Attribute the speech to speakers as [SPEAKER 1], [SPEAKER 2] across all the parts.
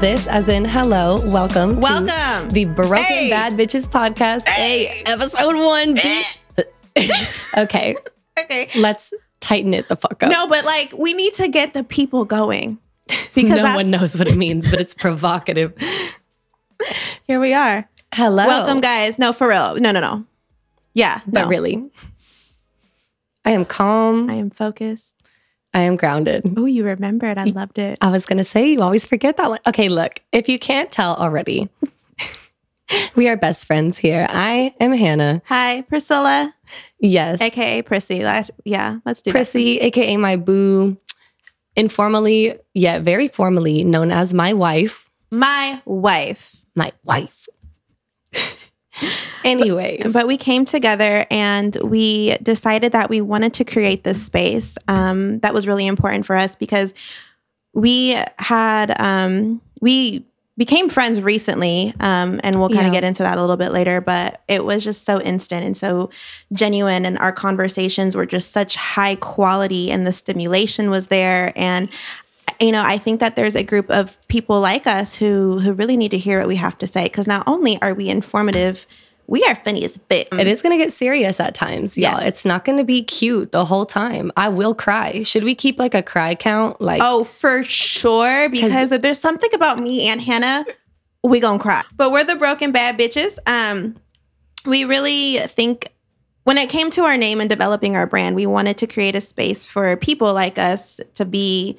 [SPEAKER 1] This, as in hello, welcome. to
[SPEAKER 2] Welcome.
[SPEAKER 1] the Broken
[SPEAKER 2] Hey.
[SPEAKER 1] Bad Bitches podcast.
[SPEAKER 2] Hey. Eh.
[SPEAKER 1] episode one, bitch. okay,
[SPEAKER 2] Okay.
[SPEAKER 1] let's tighten it the fuck up.
[SPEAKER 2] No, but like we need to get the people going because
[SPEAKER 1] no
[SPEAKER 2] that's-
[SPEAKER 1] one knows what it means, but it's provocative.
[SPEAKER 2] here we are.
[SPEAKER 1] Hello.
[SPEAKER 2] Welcome, guys. No, for real. No, no, no. Yeah,
[SPEAKER 1] Oh. But
[SPEAKER 2] no.
[SPEAKER 1] really, I am
[SPEAKER 2] I
[SPEAKER 1] calm.
[SPEAKER 2] am focused.
[SPEAKER 1] I am grounded.
[SPEAKER 2] Oh, you remembered. I loved it.
[SPEAKER 1] I was going to say, you always forget that one. Okay, look, if you can't tell already, we are best friends here. I am Hannah.
[SPEAKER 2] Hi, Priscilla,
[SPEAKER 1] Yes.
[SPEAKER 2] aka Prissy. Let's- Yeah, let's do this.
[SPEAKER 1] Prissy, aka my boo, informally yet very formally known as my wife.
[SPEAKER 2] My wife.
[SPEAKER 1] My wife. Anyways,
[SPEAKER 2] But we came together and we decided that we wanted to create this space. Um, that was really important for us because we had um, we became friends recently, um, and we'll kind
[SPEAKER 1] Yeah.
[SPEAKER 2] of get into that a little bit later. But it was just so instant and so genuine, and our conversations were just such high quality, and the stimulation was there, and you know i think that there's a group of people like us who who really need to hear what we have to say because not only are we informative we are funny as bit
[SPEAKER 1] it is going to get serious at times, y'all.
[SPEAKER 2] Yes.
[SPEAKER 1] It's not going to be cute the whole time. I will cry. Should we keep like a cry count? Like,
[SPEAKER 2] oh for sure because if there's something about me and hannah we gonna cry but we're the broken bad bitches um we really think when it came to our name and developing our brand we wanted to create a space for people like us to be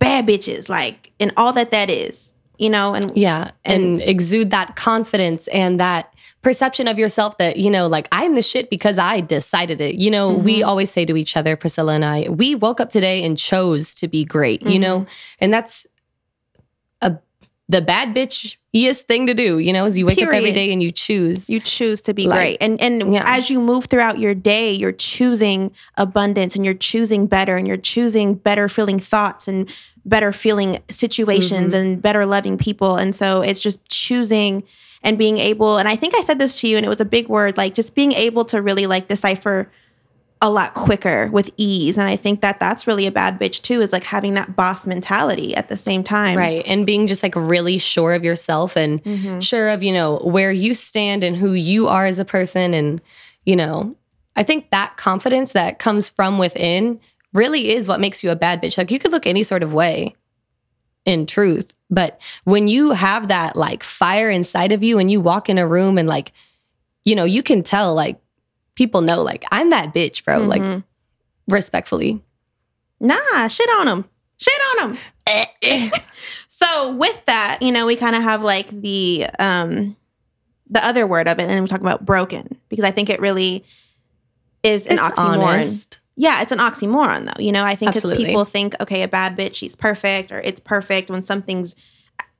[SPEAKER 2] bad bitches like and all that that is you know and
[SPEAKER 1] yeah, and, exude that confidence and that perception of yourself that you know, like I'm the shit because I decided it. You know, we always say to each other, Priscilla and I, we woke up today and chose to be great. You know, and that's a the bad bitch eest thing to do. You know, is you wake up every
[SPEAKER 2] Period.
[SPEAKER 1] day and you choose.
[SPEAKER 2] you choose to be
[SPEAKER 1] Like,
[SPEAKER 2] great and and
[SPEAKER 1] yeah.
[SPEAKER 2] as you move throughout your day you're choosing abundance and you're choosing better and you're choosing better feeling thoughts and better feeling situations
[SPEAKER 1] Mm-hmm.
[SPEAKER 2] and better loving people and so it's just choosing and being able and i think i said this to you and it was a big word like just being able to really like decipher a lot quicker with ease and i think that that's really a bad bitch too is like having that boss mentality at the same time
[SPEAKER 1] Right. And being just like really sure of yourself and
[SPEAKER 2] Mm-hmm.
[SPEAKER 1] sure of, you know, where you stand and who you are as a person. And, you know, I think that confidence that comes from within really is what makes you a bad bitch. Like you could look any sort of way in truth, but when you have that like fire inside of you and you walk in a room and like, you know, you can tell like people know, like, I'm that bitch, bro.
[SPEAKER 2] Mm-hmm.
[SPEAKER 1] Like, respectfully.
[SPEAKER 2] Nah, shit on them. Shit on them.
[SPEAKER 1] Eh,
[SPEAKER 2] so with that, you know, we kind of have like the um the other word of it, and then we talk about broken because I think it really is an
[SPEAKER 1] It's
[SPEAKER 2] oxymoron. Yeah, it's an oxymoron though. You know, I think 'cause
[SPEAKER 1] Absolutely.
[SPEAKER 2] people think, okay, a bad bitch, she's perfect, or it's perfect when something's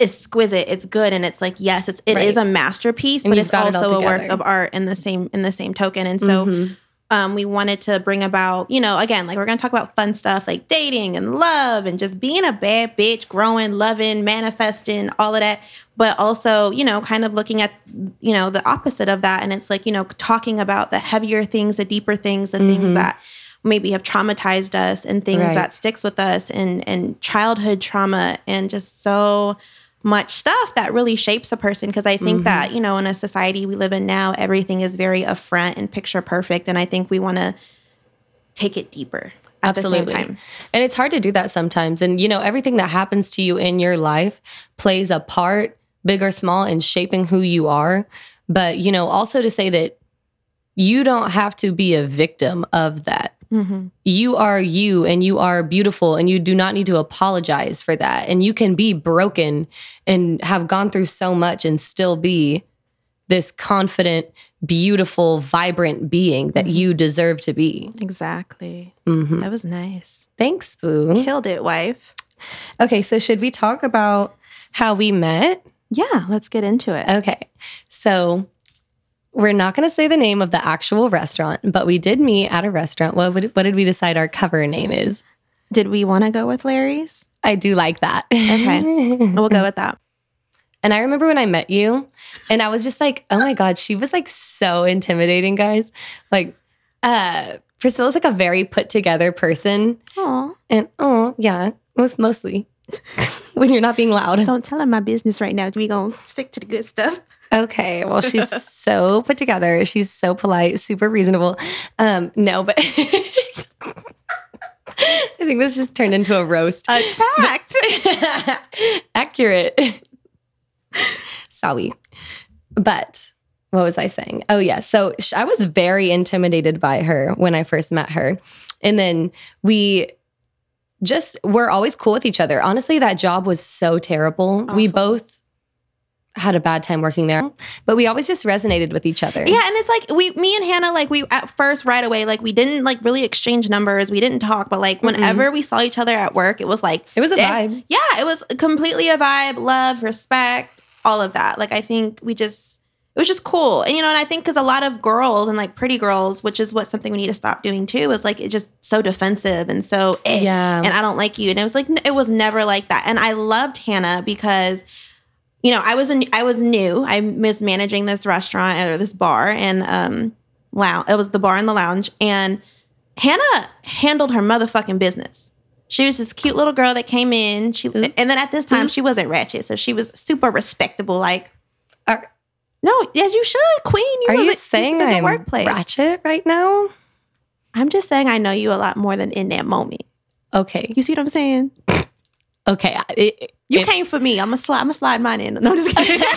[SPEAKER 2] exquisite, it's good, and it's like, yes, it's it is
[SPEAKER 1] Right.
[SPEAKER 2] a masterpiece,
[SPEAKER 1] And
[SPEAKER 2] but
[SPEAKER 1] you've
[SPEAKER 2] it's
[SPEAKER 1] got it all
[SPEAKER 2] also a work
[SPEAKER 1] together.
[SPEAKER 2] of art in the same in the same token. And so
[SPEAKER 1] Mhm.
[SPEAKER 2] um, we wanted to bring about, you know, again, like we're going to talk about fun stuff like dating and love and just being a bad bitch, growing, loving, manifesting, all of that. But also, you know, kind of looking at, you know, the opposite of that. And it's like, you know, talking about the heavier things, the deeper things, the things that maybe have traumatized us and things
[SPEAKER 1] Right.
[SPEAKER 2] that sticks with us and and childhood trauma and just so much stuff that really shapes a person because i think that you know in a society we live in now everything is very affront and picture perfect and i think we want to take it deeper at the same time
[SPEAKER 1] And it's hard to do that sometimes. And you know, everything that happens to you in your life plays a part, big or small, in shaping who you are. But you know, also to say that you don't have to be a victim of that.
[SPEAKER 2] Mm-hmm.
[SPEAKER 1] You are you and you are beautiful and you do not need to apologize for that. And you can be broken and have gone through so much and still be this confident, beautiful, vibrant being that
[SPEAKER 2] Mm-hmm.
[SPEAKER 1] you deserve to be.
[SPEAKER 2] exactly Mm-hmm.
[SPEAKER 1] Mhm.
[SPEAKER 2] that was nice
[SPEAKER 1] Thanks, Boo.
[SPEAKER 2] killed it wife
[SPEAKER 1] Okay, so should we talk about how we met?
[SPEAKER 2] yeah let's get into it
[SPEAKER 1] Okay, so we're not going to say the name of the actual restaurant, but we did meet at a restaurant. What, would, what did we decide our cover name is?
[SPEAKER 2] did we want to go with larry's
[SPEAKER 1] I do like that.
[SPEAKER 2] Okay. we'll go with that
[SPEAKER 1] and I remember when I met you, and I was just like, oh my God, she was like so intimidating, guys. Like, uh, Priscilla's like a very put together person.
[SPEAKER 2] Aw.
[SPEAKER 1] And oh, yeah, most mostly. when you're not being loud.
[SPEAKER 2] Don't tell him my business right now. We gonna stick to the good stuff.
[SPEAKER 1] Okay. Well, she's so put together. She's so polite, super reasonable. Um, no, but I think this just turned into a roast.
[SPEAKER 2] Attacked.
[SPEAKER 1] Accurate. Sorry. But what was I saying? Oh, yeah. So sh- I was very intimidated by her when I first met her. And then we just were always cool with each other. Honestly, that job was so terrible. We
[SPEAKER 2] Awful.
[SPEAKER 1] both had a bad time working there, but we always just resonated with each other.
[SPEAKER 2] Yeah, and it's like we, me and Hannah, like we at first right away, like we didn't like really exchange numbers, we didn't talk, but like whenever we saw each other at work, it was like,
[SPEAKER 1] It was a
[SPEAKER 2] Yeah.
[SPEAKER 1] vibe.
[SPEAKER 2] yeah, it was completely a vibe, love, respect, all of that. Like I think we just, it was just cool, and you know, and I think because a lot of girls and like pretty girls, which is what something we need to stop doing too, is like it's just so defensive and so eh,
[SPEAKER 1] Yeah.
[SPEAKER 2] and I don't like you. And it was like n- it was never like that. And I loved Hannah because you know I was in, I was new. I was managing this restaurant or this bar and um lounge. It was the bar and the lounge. And Hannah handled her motherfucking business. She was this cute little girl that came in. She and then at this time she wasn't ratchet, so she was super respectable. Like
[SPEAKER 1] Are,
[SPEAKER 2] no, yes, you should, Queen. You
[SPEAKER 1] are
[SPEAKER 2] was a-
[SPEAKER 1] you
[SPEAKER 2] was
[SPEAKER 1] saying
[SPEAKER 2] in the
[SPEAKER 1] I'm
[SPEAKER 2] workplace?
[SPEAKER 1] ratchet right now?
[SPEAKER 2] I'm just saying I know you a lot more than in that moment.
[SPEAKER 1] Okay.
[SPEAKER 2] You see what I'm saying?
[SPEAKER 1] Okay. I- It,
[SPEAKER 2] You
[SPEAKER 1] it-
[SPEAKER 2] came for me. I'm gonna slide. I'm gonna slide mine in. No, I'm just kidding.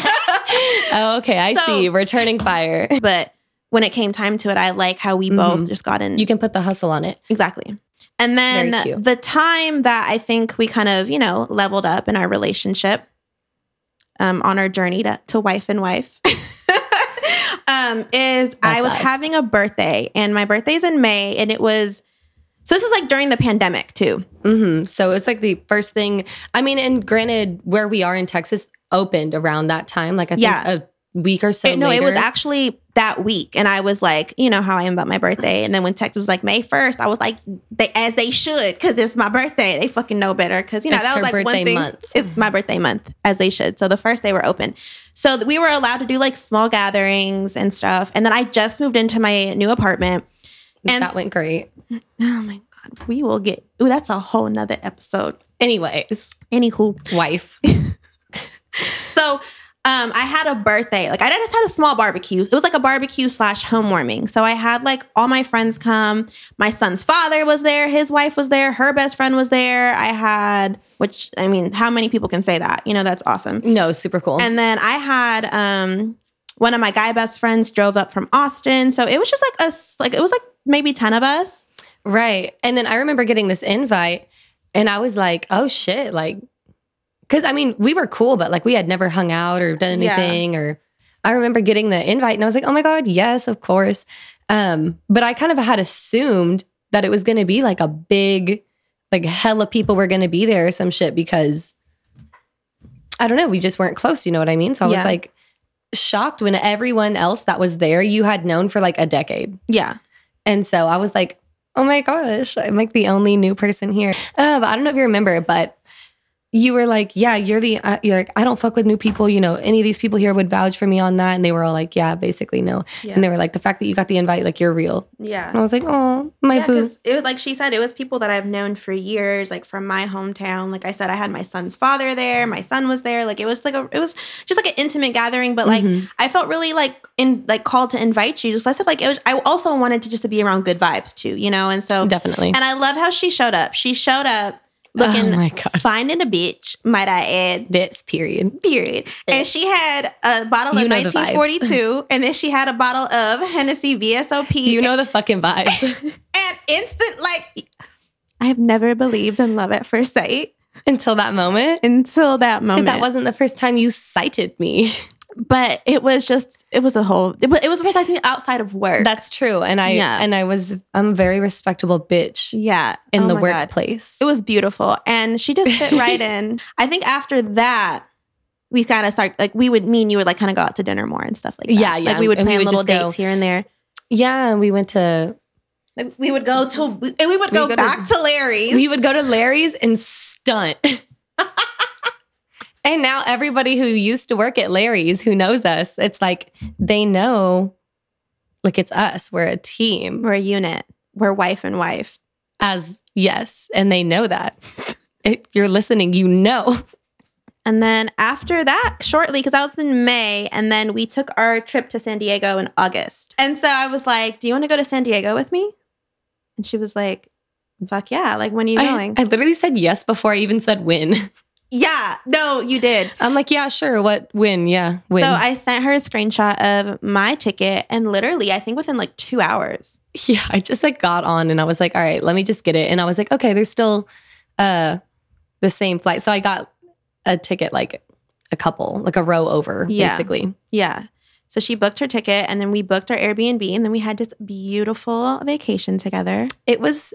[SPEAKER 1] Oh, okay. I
[SPEAKER 2] So-
[SPEAKER 1] see. Returning fire.
[SPEAKER 2] but when it came time to it, I like how we
[SPEAKER 1] Mm-hmm.
[SPEAKER 2] both just got in
[SPEAKER 1] You can put the hustle on it.
[SPEAKER 2] exactly. And then
[SPEAKER 1] Very cute.
[SPEAKER 2] the time that I think we kind of you know leveled up in our relationship, um, on our journey to, to wife and wife, um, is I
[SPEAKER 1] That's
[SPEAKER 2] was
[SPEAKER 1] us.
[SPEAKER 2] having a birthday, and my birthday's in May, and it was. So this is like during the pandemic too. Mm-hmm.
[SPEAKER 1] hmm So it's like the first thing. I mean, and granted, where we are in Texas opened around that time. Like I think
[SPEAKER 2] Yeah.
[SPEAKER 1] a week or so.
[SPEAKER 2] It- no,
[SPEAKER 1] later.
[SPEAKER 2] it was actually that week, and I was like, you know how I am about my birthday. And then when Texas was like May first, I was like, they as they should, because it's my birthday. They fucking know better, because you know
[SPEAKER 1] It's
[SPEAKER 2] that was
[SPEAKER 1] her
[SPEAKER 2] like
[SPEAKER 1] birthday
[SPEAKER 2] one thing.
[SPEAKER 1] month.
[SPEAKER 2] It's my birthday month, as they should. So the first they were open, so th- we were allowed to do like small gatherings and stuff. And then I just moved into my new apartment, and
[SPEAKER 1] that went great.
[SPEAKER 2] oh my god, we will get. Ooh, that's a whole nother episode.
[SPEAKER 1] Anyways,
[SPEAKER 2] Anywho,
[SPEAKER 1] wife.
[SPEAKER 2] So um, I had a birthday. Like I just had a small barbecue. It was like a barbecue slash home warming. So I had like all my friends come. My son's father was there. His wife was there. Her best friend was there. I had, which I mean, how many people can say that? You know, that's awesome.
[SPEAKER 1] No, super cool.
[SPEAKER 2] And then I had um, one of my guy best friends drove up from Austin. So it was just like us. Like it was like maybe ten of us.
[SPEAKER 1] Right. And then I remember getting this invite and I was like, oh shit. Like, cause I mean, we were cool, but like we had never hung out or done
[SPEAKER 2] Yeah.
[SPEAKER 1] anything. Or I remember getting the invite and I was like, oh my God, yes, of course. Um, but I kind of had assumed that it was going to be like a big, like hella people were going to be there or some shit because I don't know. We just weren't close. You know what I mean? So I
[SPEAKER 2] Yeah.
[SPEAKER 1] was like shocked when everyone else that was there you had known for like a decade.
[SPEAKER 2] Yeah.
[SPEAKER 1] And so I was like, oh my gosh, I'm like the only new person here. Uh, but I don't know if you remember, but you were like, yeah, you're the, uh, you're like, I don't fuck with new people. You know, any of these people here would vouch for me on that. And they were all like, yeah, basically no.
[SPEAKER 2] Yeah.
[SPEAKER 1] And they were like, the fact that you got the invite, like you're real.
[SPEAKER 2] Yeah.
[SPEAKER 1] And I was like, oh, my
[SPEAKER 2] Yeah,
[SPEAKER 1] boo.
[SPEAKER 2] 'cause it was like she said, it was people that I've known for years, like from my hometown. Like I said, I had my son's father there, my son was there. Like it was like a, it was just like an intimate gathering, but like
[SPEAKER 1] Mhm.
[SPEAKER 2] I felt really like in like called to invite you. Just less of like it was. I also wanted to just to be around good vibes too, you know. And so,
[SPEAKER 1] Definitely.
[SPEAKER 2] and I love how she showed up. She showed up looking
[SPEAKER 1] oh my God.
[SPEAKER 2] fine in a bitch, might I add
[SPEAKER 1] This period.
[SPEAKER 2] period.
[SPEAKER 1] Eh.
[SPEAKER 2] And she had a bottle
[SPEAKER 1] You
[SPEAKER 2] of
[SPEAKER 1] know the vibes.
[SPEAKER 2] 1942, and then she had a bottle of Hennessy VSOP.
[SPEAKER 1] You know the fucking vibe
[SPEAKER 2] and instant like I have never believed in love at first sight
[SPEAKER 1] until that moment.
[SPEAKER 2] until
[SPEAKER 1] Like,
[SPEAKER 2] that moment.
[SPEAKER 1] That wasn't the first time you cited me.
[SPEAKER 2] but it was just it was a whole it was, it was the first time to me outside of work.
[SPEAKER 1] That's true. And I
[SPEAKER 2] Yeah.
[SPEAKER 1] and I was I'm a very respectable bitch
[SPEAKER 2] yeah,
[SPEAKER 1] in
[SPEAKER 2] Oh
[SPEAKER 1] the
[SPEAKER 2] my God.
[SPEAKER 1] workplace.
[SPEAKER 2] It was beautiful, and she just fit right in. I think after that. We kind of start like we would me and you would like kind of go out to dinner more and stuff like that.
[SPEAKER 1] Yeah, yeah,
[SPEAKER 2] Like we would
[SPEAKER 1] and we would
[SPEAKER 2] plan little
[SPEAKER 1] just go-
[SPEAKER 2] dates here and there.
[SPEAKER 1] Yeah, and we went to
[SPEAKER 2] Like we would go to and we would go,
[SPEAKER 1] go to-
[SPEAKER 2] back to, Larry's.
[SPEAKER 1] we would go to Larry's and stunt. and now everybody who used to work at Larry's who knows us, it's like they know like it's us. We're a team.
[SPEAKER 2] We're a unit. We're wife and wife.
[SPEAKER 1] As yes, and they know that. If you're listening, you know.
[SPEAKER 2] And then after that, shortly, because I was in May, and then we took our trip to San Diego in August. And so I was like, Do you want to go to San Diego with me? And she was like, Fuck yeah. Like, when are you
[SPEAKER 1] I-
[SPEAKER 2] going?
[SPEAKER 1] I, literally said yes before I even said when.
[SPEAKER 2] yeah. No, you did.
[SPEAKER 1] I'm like, yeah, sure. What when? Yeah, when.
[SPEAKER 2] So I sent her a screenshot of my ticket, and literally, I think within like two hours,
[SPEAKER 1] yeah, I just like got on and I was like, all right, let me just get it. And I was like, okay, there's still uh the same flight. So I got a ticket like a couple, like a row over,
[SPEAKER 2] Yeah.
[SPEAKER 1] basically.
[SPEAKER 2] Yeah. So she booked her ticket and then we booked our Airbnb and then we had this beautiful vacation together.
[SPEAKER 1] It was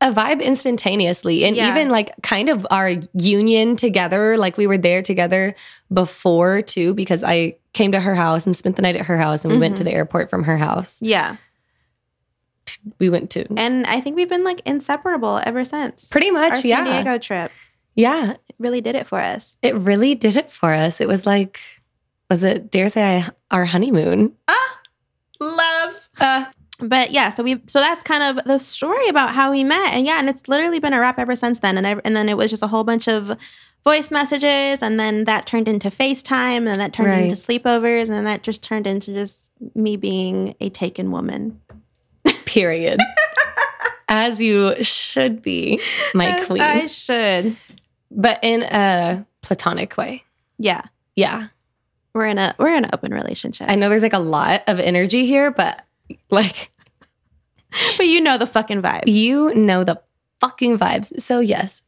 [SPEAKER 1] a vibe instantaneously. And
[SPEAKER 2] Yeah.
[SPEAKER 1] even like kind of our union together, like we were there together before too, because I came to her house and spent the night at her house and we went to
[SPEAKER 2] Mhm.
[SPEAKER 1] the airport from her house.
[SPEAKER 2] Yeah.
[SPEAKER 1] We went to
[SPEAKER 2] And I think we've been like inseparable ever since.
[SPEAKER 1] pretty
[SPEAKER 2] our
[SPEAKER 1] much,
[SPEAKER 2] San
[SPEAKER 1] yeah.
[SPEAKER 2] Diego trip
[SPEAKER 1] Yeah.
[SPEAKER 2] really did it for us.
[SPEAKER 1] It really did it for us. It was like, was it dare say I, our honeymoon?
[SPEAKER 2] Love.
[SPEAKER 1] Uh,
[SPEAKER 2] But yeah, so we so that's kind of the story about how we met. And yeah, and it's literally been a wrap ever since then. And I, and then it was just a whole bunch of voice messages and then that turned into FaceTime and then that turned
[SPEAKER 1] Right.
[SPEAKER 2] into sleepovers and then that just turned into just me being a taken woman.
[SPEAKER 1] period. As you should be, my
[SPEAKER 2] As
[SPEAKER 1] queen,
[SPEAKER 2] I should.
[SPEAKER 1] but in a platonic way.
[SPEAKER 2] Yeah.
[SPEAKER 1] Yeah,
[SPEAKER 2] we're in a we're in an open relationship.
[SPEAKER 1] I know there's like a lot of energy here, but like
[SPEAKER 2] but you know the fucking vibe.
[SPEAKER 1] you know the fucking vibes. So yes.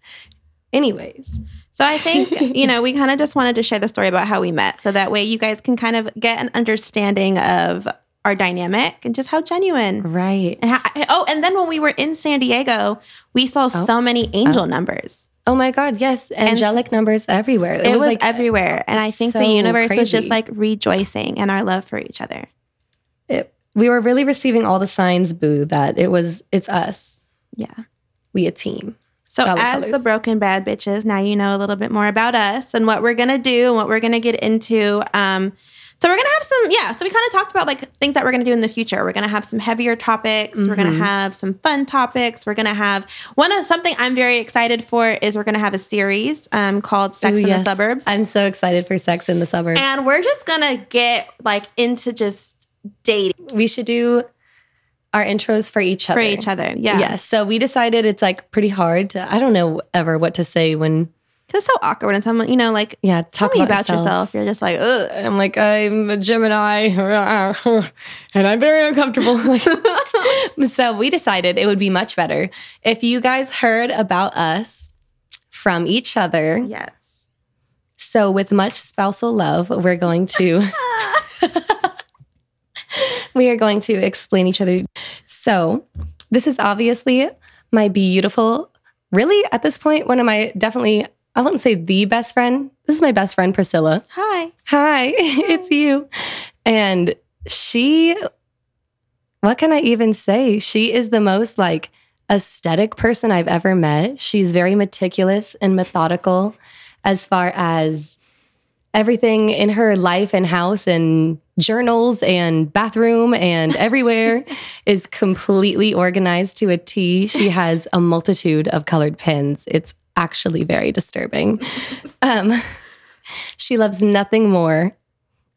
[SPEAKER 1] Anyways,
[SPEAKER 2] So I think you know we kind of just wanted to share the story about how we met, so that way you guys can kind of get an understanding of our dynamic and just how genuine.
[SPEAKER 1] right.
[SPEAKER 2] And how, oh, and then when we were in San Diego, we saw
[SPEAKER 1] Oh.
[SPEAKER 2] so many angel numbers.
[SPEAKER 1] Oh my God, yes, angelic numbers everywhere. It,
[SPEAKER 2] It,
[SPEAKER 1] was,
[SPEAKER 2] was,
[SPEAKER 1] like
[SPEAKER 2] everywhere, and I think the
[SPEAKER 1] so
[SPEAKER 2] universe was
[SPEAKER 1] crazy.
[SPEAKER 2] just like rejoicing in our love for each other.
[SPEAKER 1] it, we were really receiving all the signs, boo. That it was, it's us.
[SPEAKER 2] Yeah.
[SPEAKER 1] we a team.
[SPEAKER 2] So,
[SPEAKER 1] Solid
[SPEAKER 2] as
[SPEAKER 1] colors.
[SPEAKER 2] the broken bad bitches, now you know a little bit more about us and what we're gonna do and what we're gonna get into. Um, so we're gonna have some, yeah. So we kind of talked about like things that we're gonna do in the future. We're gonna have some heavier topics. We're gonna
[SPEAKER 1] Mhm.
[SPEAKER 2] have some fun topics. We're gonna have one of something I'm very excited for is we're gonna have a series um, called Sex
[SPEAKER 1] Ooh,
[SPEAKER 2] in
[SPEAKER 1] yes.
[SPEAKER 2] the Suburbs,
[SPEAKER 1] I'm so excited for Sex in the Suburbs.
[SPEAKER 2] and we're just gonna get like into just dating
[SPEAKER 1] we should do our intros for each
[SPEAKER 2] for
[SPEAKER 1] other.
[SPEAKER 2] each other. Yeah,
[SPEAKER 1] Yes. So we decided it's like pretty hard to, I don't know ever what to say when,
[SPEAKER 2] 'Cause it's so awkward when someone you know like
[SPEAKER 1] yeah, talk
[SPEAKER 2] tell me
[SPEAKER 1] about, yourself.
[SPEAKER 2] You're just like ugh.
[SPEAKER 1] I'm like, I'm a Gemini and I'm very uncomfortable. Like, so we decided it would be much better if you guys heard about us from each other.
[SPEAKER 2] Yes.
[SPEAKER 1] So, with much spousal love, we're going to we are going to explain each other. So, this is obviously my beautiful, really at this point, one of my definitely I wouldn't say the best friend. This is my best friend Priscilla.
[SPEAKER 2] Hi.
[SPEAKER 1] Hi, it's you. And she what can I even say? She is the most like aesthetic person I've ever met. She's very meticulous and methodical as far as everything in her life and house and journals and bathroom and everywhere is completely organized to a T. She has a multitude of colored pens. It's actually very disturbing. Um, she loves nothing more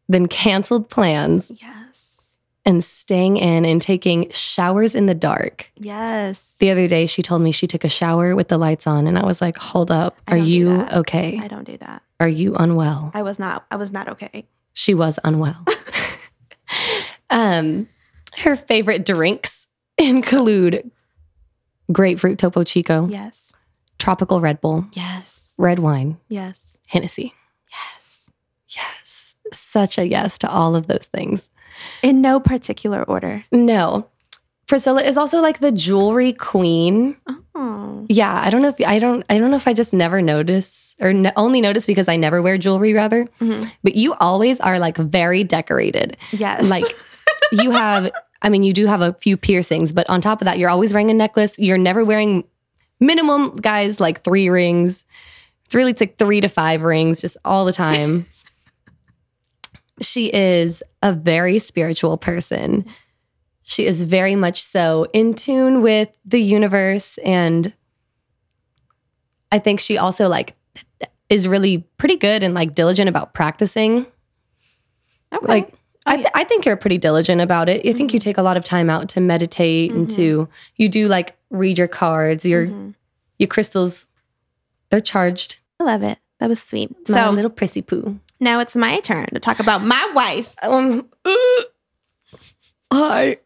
[SPEAKER 1] than canceled plans
[SPEAKER 2] Yes.
[SPEAKER 1] and staying in and taking showers in the dark.
[SPEAKER 2] Yes.
[SPEAKER 1] The other day, she told me she took a shower with the lights on, and I was like, Hold up,
[SPEAKER 2] I
[SPEAKER 1] are
[SPEAKER 2] don't do
[SPEAKER 1] you
[SPEAKER 2] that.
[SPEAKER 1] okay?
[SPEAKER 2] I don't do that.
[SPEAKER 1] Are you unwell?
[SPEAKER 2] I was not. I was not okay.
[SPEAKER 1] She was unwell. um, her favorite drinks include grapefruit Topo Chico,
[SPEAKER 2] Yes.
[SPEAKER 1] tropical Red Bull,
[SPEAKER 2] Mm-hmm. Yes.
[SPEAKER 1] red wine,
[SPEAKER 2] Yes.
[SPEAKER 1] Hennessy.
[SPEAKER 2] Yes.
[SPEAKER 1] Yes. Such a yes to all of those things.
[SPEAKER 2] In no particular order.
[SPEAKER 1] No. Priscilla is also like the jewelry queen.
[SPEAKER 2] Oh.
[SPEAKER 1] Yeah, I don't know if I don't I don't know if I just never notice or n only notice because I never wear jewelry rather,
[SPEAKER 2] Mhm.
[SPEAKER 1] but you always are like very decorated.
[SPEAKER 2] Yes.
[SPEAKER 1] Like you have I mean you do have a few piercings, but on top of that you're always wearing a necklace. You're never wearing minimum guys like 3 rings. It's really it's like 3 to 5 rings just all the time. she is a very spiritual person. She is very much so in tune with the universe and I think she also like is really pretty good and like diligent about practicing.
[SPEAKER 2] Okay.
[SPEAKER 1] Like
[SPEAKER 2] Oh,
[SPEAKER 1] I, th- I think you're pretty diligent about it. I think
[SPEAKER 2] Mm-hmm.
[SPEAKER 1] you take a lot of time out to meditate and
[SPEAKER 2] Mhm.
[SPEAKER 1] to you do like read your cards, your
[SPEAKER 2] Mhm.
[SPEAKER 1] your crystals. They're charged.
[SPEAKER 2] I love it. That was sweet.
[SPEAKER 1] My
[SPEAKER 2] so
[SPEAKER 1] little prissy poo.
[SPEAKER 2] now it's my turn to talk about my wife.
[SPEAKER 1] Um, hi.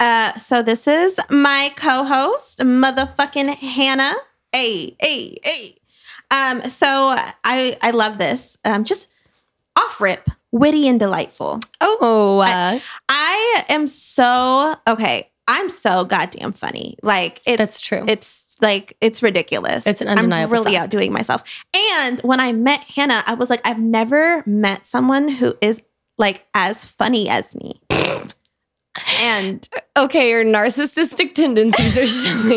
[SPEAKER 2] Uh, so this is my co-host, motherfucking Hannah. Hey, hey, hey. Um, so I I love this. Um, just off rip, witty and delightful.
[SPEAKER 1] Oh, uh,
[SPEAKER 2] I am so okay. I'm so goddamn funny. Like it's
[SPEAKER 1] that's true.
[SPEAKER 2] it's like it's ridiculous.
[SPEAKER 1] It's an undeniable
[SPEAKER 2] I'm really
[SPEAKER 1] fact.
[SPEAKER 2] outdoing myself. And when I met Hannah, I was like, I've never met someone who is like as funny as me. and
[SPEAKER 1] uh, okay, your narcissistic tendencies are showing.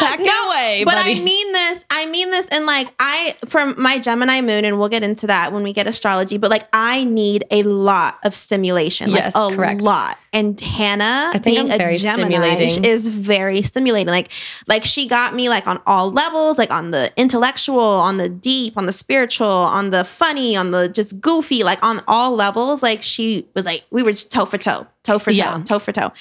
[SPEAKER 1] Back
[SPEAKER 2] No,
[SPEAKER 1] away,
[SPEAKER 2] but
[SPEAKER 1] buddy.
[SPEAKER 2] I mean this. I mean this, and like I from my Gemini moon, and we'll get into that when we get astrology. But like I need a lot of stimulation,
[SPEAKER 1] Yes,
[SPEAKER 2] like a
[SPEAKER 1] correct.
[SPEAKER 2] lot. And Hannah
[SPEAKER 1] I think
[SPEAKER 2] being
[SPEAKER 1] I'm
[SPEAKER 2] a
[SPEAKER 1] very
[SPEAKER 2] Gemini
[SPEAKER 1] stimulating.
[SPEAKER 2] is very stimulating. Like like she got me like on all levels, like on the intellectual, on the deep, on the spiritual, on the funny, on the just goofy, like on all levels. Like she was like we were just toe for toe, toe for
[SPEAKER 1] Yeah.
[SPEAKER 2] toe, toe for toe.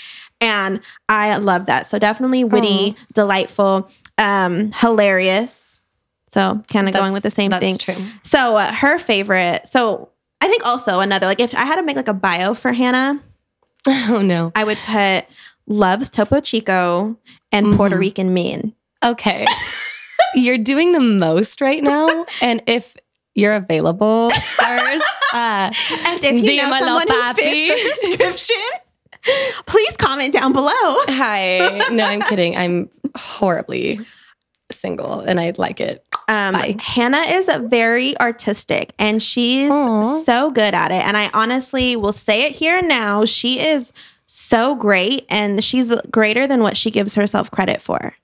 [SPEAKER 2] And I love that. So definitely witty, delightful, um, hilarious. So kind of going with the same
[SPEAKER 1] that's
[SPEAKER 2] thing.
[SPEAKER 1] True.
[SPEAKER 2] So uh, her favorite. So I think also another like if I had to make like a bio for Hannah,
[SPEAKER 1] Oh no.
[SPEAKER 2] I would put loves Topo Chico and Puerto
[SPEAKER 1] Mhm.
[SPEAKER 2] Rican men.
[SPEAKER 1] Okay. you're doing the most right now, and if you're available, sirs, uh,
[SPEAKER 2] And if you know
[SPEAKER 1] Dímelo,
[SPEAKER 2] someone who fits
[SPEAKER 1] papi.
[SPEAKER 2] the description, please comment down below.
[SPEAKER 1] Hi. No, I'm kidding. I'm horribly single and I like it.
[SPEAKER 2] Um,
[SPEAKER 1] Bye.
[SPEAKER 2] Hannah is very artistic and she's
[SPEAKER 1] Aw.
[SPEAKER 2] so good at it. And I honestly will say it here and now. She is so great and she's greater than what she gives herself credit for.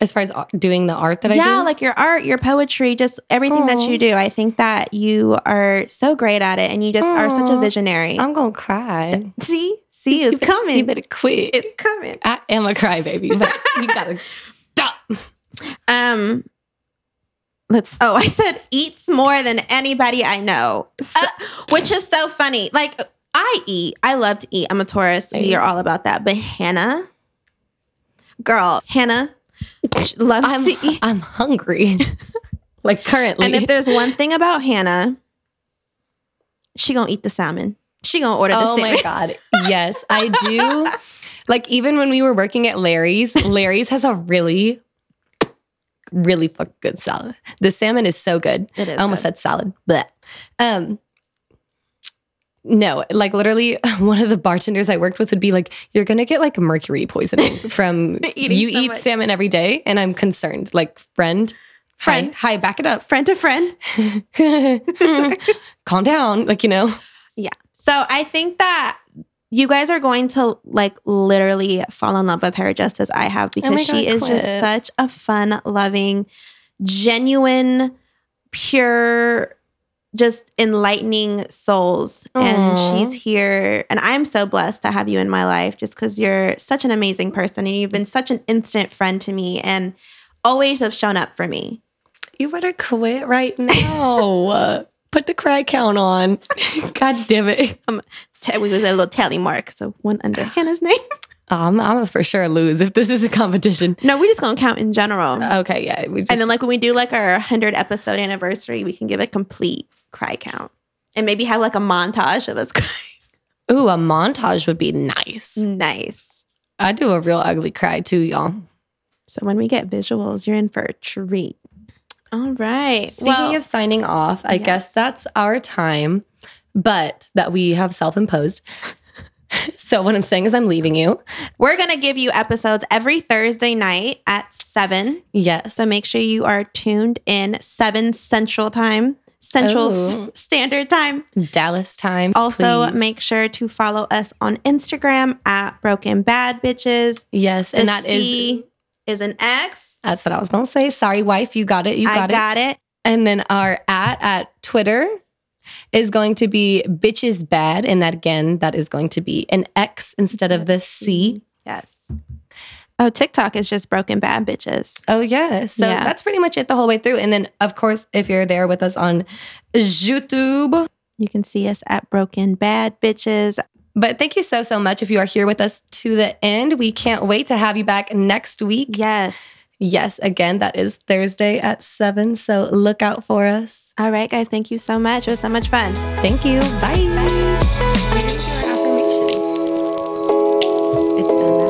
[SPEAKER 1] As far as ar- doing the art that I
[SPEAKER 2] yeah,
[SPEAKER 1] do.
[SPEAKER 2] like your art, your poetry, just everything that
[SPEAKER 1] Aw.
[SPEAKER 2] you do. I think that you are so great at it and you just are such a
[SPEAKER 1] Aw.
[SPEAKER 2] visionary.
[SPEAKER 1] I'm going to cry.
[SPEAKER 2] see, see, it's
[SPEAKER 1] You
[SPEAKER 2] coming.
[SPEAKER 1] better quit.
[SPEAKER 2] It's coming.
[SPEAKER 1] I am a crybaby, but you got to stop.
[SPEAKER 2] Um, let's. Oh, I said eats more than anybody I know, So-
[SPEAKER 1] Uh,
[SPEAKER 2] which is so funny. Like I eat. I love to eat. I'm a Taurus. We
[SPEAKER 1] Right.
[SPEAKER 2] are all about that. But Hannah, girl, Hannah she loves
[SPEAKER 1] I'm,
[SPEAKER 2] to eat.
[SPEAKER 1] I'm hungry. like currently.
[SPEAKER 2] And if there's one thing about Hannah, she gonna eat the salmon. She gonna order the
[SPEAKER 1] Oh
[SPEAKER 2] salmon.
[SPEAKER 1] my God. Yes, I do. like, even when we were working at Larry's, Larry's has a really, really fucking good salad. The salmon is so good.
[SPEAKER 2] It is
[SPEAKER 1] I almost
[SPEAKER 2] good.
[SPEAKER 1] said salad, but um, no, like literally, one of the bartenders I worked with would be like, "You're gonna get like mercury poisoning from
[SPEAKER 2] Eating
[SPEAKER 1] you
[SPEAKER 2] so
[SPEAKER 1] eat
[SPEAKER 2] much."
[SPEAKER 1] salmon every day," and I'm concerned. Like, friend,
[SPEAKER 2] Friend.
[SPEAKER 1] hi, hi back it up,
[SPEAKER 2] friend to friend.
[SPEAKER 1] calm down, like you know,
[SPEAKER 2] Yeah. So I think that you guys are going to like literally fall in love with her just as I have because
[SPEAKER 1] my
[SPEAKER 2] she
[SPEAKER 1] God,
[SPEAKER 2] is just
[SPEAKER 1] quit.
[SPEAKER 2] such a fun, loving, genuine, pure, just enlightening souls.
[SPEAKER 1] Aw.
[SPEAKER 2] And she's here. And I'm so blessed to have you in my life just because you're such an amazing person and you've been such an instant friend to me and always have shown up for me.
[SPEAKER 1] you better quit right now. Put the cry count on. God damn it.
[SPEAKER 2] T- We was a little tally mark. So one under Hannah's name.
[SPEAKER 1] Um, I'm a for sure lose if this is a competition.
[SPEAKER 2] No, we're just going to count in general.
[SPEAKER 1] Okay, yeah. We just,
[SPEAKER 2] And then, like, when we do like our 100 episode anniversary, we can give a complete cry count and maybe have like a montage of us crying.
[SPEAKER 1] Ooh, a montage would be nice.
[SPEAKER 2] nice.
[SPEAKER 1] I do a real ugly cry too, y'all.
[SPEAKER 2] So, when we get visuals, you're in for a treat. All right.
[SPEAKER 1] Speaking
[SPEAKER 2] well,
[SPEAKER 1] of signing off, I guess
[SPEAKER 2] Yes.
[SPEAKER 1] that's our time, but that we have self imposed. so what I'm saying is I'm leaving you.
[SPEAKER 2] we're going to give you episodes every Thursday night at seven.
[SPEAKER 1] Yes.
[SPEAKER 2] So, make sure you are tuned in seven central time, central S-
[SPEAKER 1] Ooh.
[SPEAKER 2] standard time.
[SPEAKER 1] Dallas Times.
[SPEAKER 2] Also,
[SPEAKER 1] please.
[SPEAKER 2] make sure to follow us on Instagram at Broken Bad Bitches.
[SPEAKER 1] yes, and that is
[SPEAKER 2] is an X.
[SPEAKER 1] that's what I was gonna say. Sorry, wife, you got it. You
[SPEAKER 2] I
[SPEAKER 1] got it.
[SPEAKER 2] got it.
[SPEAKER 1] and then our at at Twitter is going to be bitches bad, Mm-hmm. and that again, that is going to be an X instead of the C.
[SPEAKER 2] Yes. Oh, TikTok is just broken bad bitches.
[SPEAKER 1] Oh yeah. So
[SPEAKER 2] Yeah.
[SPEAKER 1] that's pretty much it the whole way through. And then of course, if you're there with us on YouTube.
[SPEAKER 2] You can see us at broken bad bitches.
[SPEAKER 1] But thank you so so much if you are here with us to the end. We can't wait to have you back next week.
[SPEAKER 2] Yes.
[SPEAKER 1] Yes, again, that is Thursday at 7, so look out for us.
[SPEAKER 2] All right, guys. Thank you so much. It was so much fun.
[SPEAKER 1] Thank you. Bye.
[SPEAKER 2] It's done now.